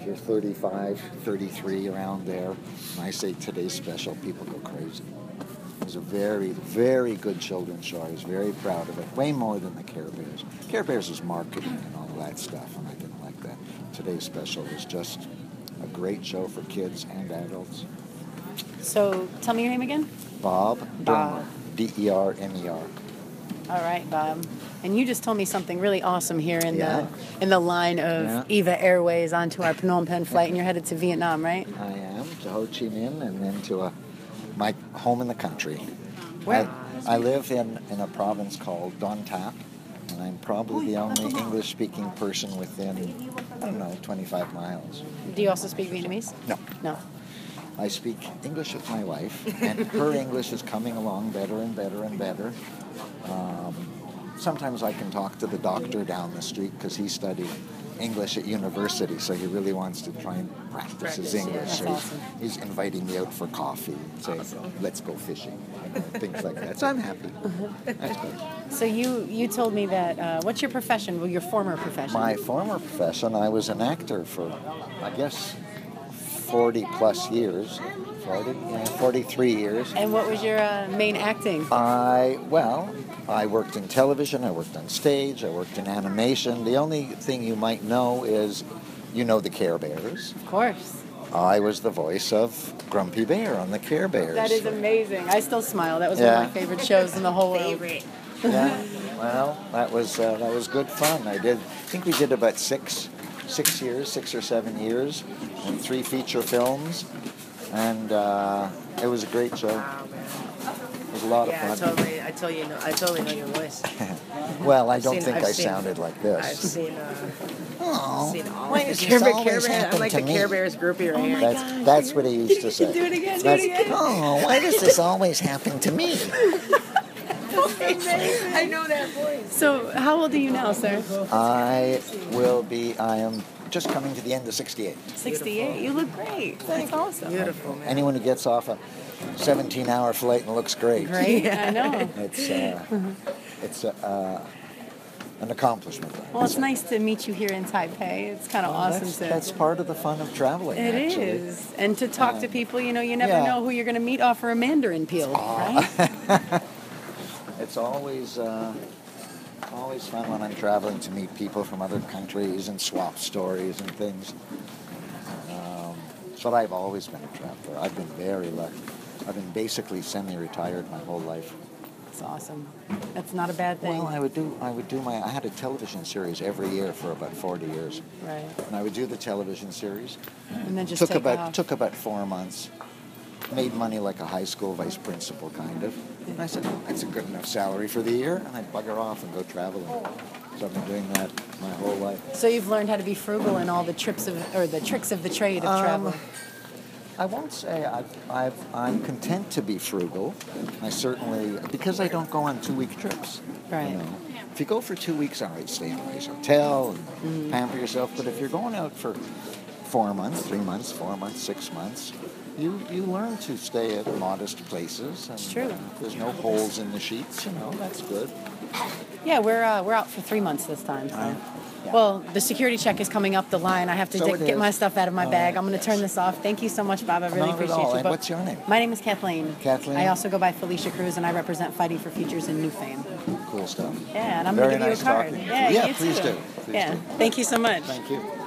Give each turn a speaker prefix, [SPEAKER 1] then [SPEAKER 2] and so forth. [SPEAKER 1] If you're 35, 33, around there, and I say today's special, people go crazy. It was a very, very good children's show. I was very proud of it. Way more than the Care Bears. Care Bears was marketing and all that stuff, and I didn't like that. Today's special was just a great show for kids and adults.
[SPEAKER 2] So tell me your name again.
[SPEAKER 1] Bob E
[SPEAKER 2] Bob.
[SPEAKER 1] Dermer, D-E-R-M-E-R.
[SPEAKER 2] All right, Bob. And you just told me something really awesome here in
[SPEAKER 1] Yeah.
[SPEAKER 2] the in the line of
[SPEAKER 1] Yeah.
[SPEAKER 2] Eva Airways onto our Phnom Penh flight, and you're headed to Vietnam, right?
[SPEAKER 1] I am to Ho Chi Minh and then to a, my home in the country.
[SPEAKER 2] Where?
[SPEAKER 1] I, I live in, in a province called Don Tap, and I'm probably the only English speaking person within, I don't know, 25 miles.
[SPEAKER 2] Do you also speak Vietnamese?
[SPEAKER 1] No.
[SPEAKER 2] No.
[SPEAKER 1] I speak English with my wife, and her English is coming along better and better and better. Um, sometimes I can talk to the doctor down the street because he studied English at university, so he really wants to try and practice, his
[SPEAKER 2] Practice, yeah.
[SPEAKER 1] English.
[SPEAKER 2] That's
[SPEAKER 1] so he's-
[SPEAKER 2] awesome.
[SPEAKER 1] he's inviting me out for coffee and saying, let's go fishing, you know, things like that. So I'm happy. That's good.
[SPEAKER 2] So you you told me that uh, what's your profession? Well, your former profession.
[SPEAKER 1] My former profession, I was an actor for, I guess, 40 plus years. 40, yeah, 43 years.
[SPEAKER 2] and what was your uh, main acting?
[SPEAKER 1] I well, I worked in television, I worked on stage, I worked in animation. The only thing you might know is you know the Care Bears.
[SPEAKER 2] Of course.
[SPEAKER 1] I was the voice of Grumpy Bear on the Care Bears.
[SPEAKER 2] That is amazing. I still smile. That was one
[SPEAKER 1] Yeah.
[SPEAKER 2] of my favorite shows in the whole world.
[SPEAKER 3] favorite.
[SPEAKER 1] yeah. Well, that was uh, that was good fun. I did. I think we did about six, six years, six or seven years, and three feature films, and uh, it was a great show. It was a lot of
[SPEAKER 3] Yeah, I
[SPEAKER 1] fun.
[SPEAKER 3] totally, I totally know, I totally know your voice.
[SPEAKER 1] Well, I don't
[SPEAKER 3] seen-
[SPEAKER 1] think
[SPEAKER 3] I've
[SPEAKER 1] I
[SPEAKER 3] seen-
[SPEAKER 1] sounded like this.
[SPEAKER 3] I've seen, uh,
[SPEAKER 1] Oh,
[SPEAKER 3] seen all
[SPEAKER 1] why
[SPEAKER 3] of Oh
[SPEAKER 1] does
[SPEAKER 3] the
[SPEAKER 1] this
[SPEAKER 3] Care, Bear- Care
[SPEAKER 1] always
[SPEAKER 3] Bear.
[SPEAKER 1] happen
[SPEAKER 3] I'm like
[SPEAKER 1] to
[SPEAKER 3] the
[SPEAKER 1] me?
[SPEAKER 3] Care Bears groupie right here.
[SPEAKER 1] That's that's what he used to say.
[SPEAKER 3] Do it again, do it
[SPEAKER 1] That's-
[SPEAKER 3] again.
[SPEAKER 1] Oh, why does this always happen to me?
[SPEAKER 3] I know that voice.
[SPEAKER 2] So how old are you now, sir?
[SPEAKER 1] I will be. I am just coming to the end of '68.
[SPEAKER 2] 68. You look great. That's awesome.
[SPEAKER 3] Beautiful, man.
[SPEAKER 1] Anyone who gets off a 17-hour flight and looks great,
[SPEAKER 2] Great. I know.
[SPEAKER 1] it's uh,
[SPEAKER 3] Uh-huh.
[SPEAKER 1] it's uh, an accomplishment.
[SPEAKER 2] Well, it's nice to meet you here in Taipei. It's kind of awesome
[SPEAKER 1] That's,
[SPEAKER 2] to.
[SPEAKER 1] that's part of the fun of traveling.
[SPEAKER 2] It is,
[SPEAKER 1] actually. um,
[SPEAKER 2] and to talk to people, you know, you never
[SPEAKER 1] yeah.
[SPEAKER 2] know who you're going to meet off a mandarin peel, right?
[SPEAKER 1] It's always uh, always fun when I'm traveling to meet people from other countries and swap stories and things. Um, it's what I've always been a traveler. I've been very lucky. I've been basically semi-retired my whole life.
[SPEAKER 2] It's awesome. That's not a bad thing,
[SPEAKER 1] Well, I would do I would do my I had a television series every year for about 40 years,
[SPEAKER 2] right?
[SPEAKER 1] and I would do the television series.
[SPEAKER 2] And then just
[SPEAKER 1] took
[SPEAKER 2] take
[SPEAKER 1] about
[SPEAKER 2] off.
[SPEAKER 1] took about four months. Made money like a high school vice principal, kind of. And I said, that's a good enough salary for the year, and I'd bugger off and go traveling. So I've been doing that my whole life.
[SPEAKER 2] so you've learned how to be frugal in all the trips of or the tricks of the trade of
[SPEAKER 1] Um,
[SPEAKER 2] travel.
[SPEAKER 1] I won't say I've, I've, I'm content to be frugal. I certainly, because I don't go on two week trips.
[SPEAKER 2] Right.
[SPEAKER 1] You know? If you go for two weeks, all right, stay in a nice hotel and
[SPEAKER 2] Mm-hmm.
[SPEAKER 1] pamper yourself. But if you're going out for four months, three months, four months, six months, you, you learn to stay at modest places. And,
[SPEAKER 2] true.
[SPEAKER 1] uh, there's no holes in the sheets, you know, that's good.
[SPEAKER 2] Yeah, we're uh, we're out for three months this time. So.
[SPEAKER 1] yeah.
[SPEAKER 2] Well, the security check is coming up the line. I have to
[SPEAKER 1] So
[SPEAKER 2] di-
[SPEAKER 1] it
[SPEAKER 2] get
[SPEAKER 1] is.
[SPEAKER 2] my stuff out of my
[SPEAKER 1] All
[SPEAKER 2] bag.
[SPEAKER 1] right,
[SPEAKER 2] I'm going to
[SPEAKER 1] yes.
[SPEAKER 2] turn this off. Thank you so much, Bob. I really
[SPEAKER 1] Not at
[SPEAKER 2] appreciate
[SPEAKER 1] all.
[SPEAKER 2] you.
[SPEAKER 1] And
[SPEAKER 2] But
[SPEAKER 1] what's your name?
[SPEAKER 2] My name is Kathleen.
[SPEAKER 1] Kathleen?
[SPEAKER 2] I also go by Felicia Cruz, and I represent Fighting for Futures in New Fame.
[SPEAKER 1] Cool stuff.
[SPEAKER 2] Yeah, and I'm
[SPEAKER 1] Very
[SPEAKER 2] gonna
[SPEAKER 1] nice
[SPEAKER 2] give you a card.
[SPEAKER 1] talking to you.
[SPEAKER 2] Yeah,
[SPEAKER 1] Yeah,
[SPEAKER 2] you
[SPEAKER 1] please
[SPEAKER 2] too.
[SPEAKER 1] do. Please
[SPEAKER 2] yeah.
[SPEAKER 1] do.
[SPEAKER 2] Thank you so much.
[SPEAKER 1] Thank you.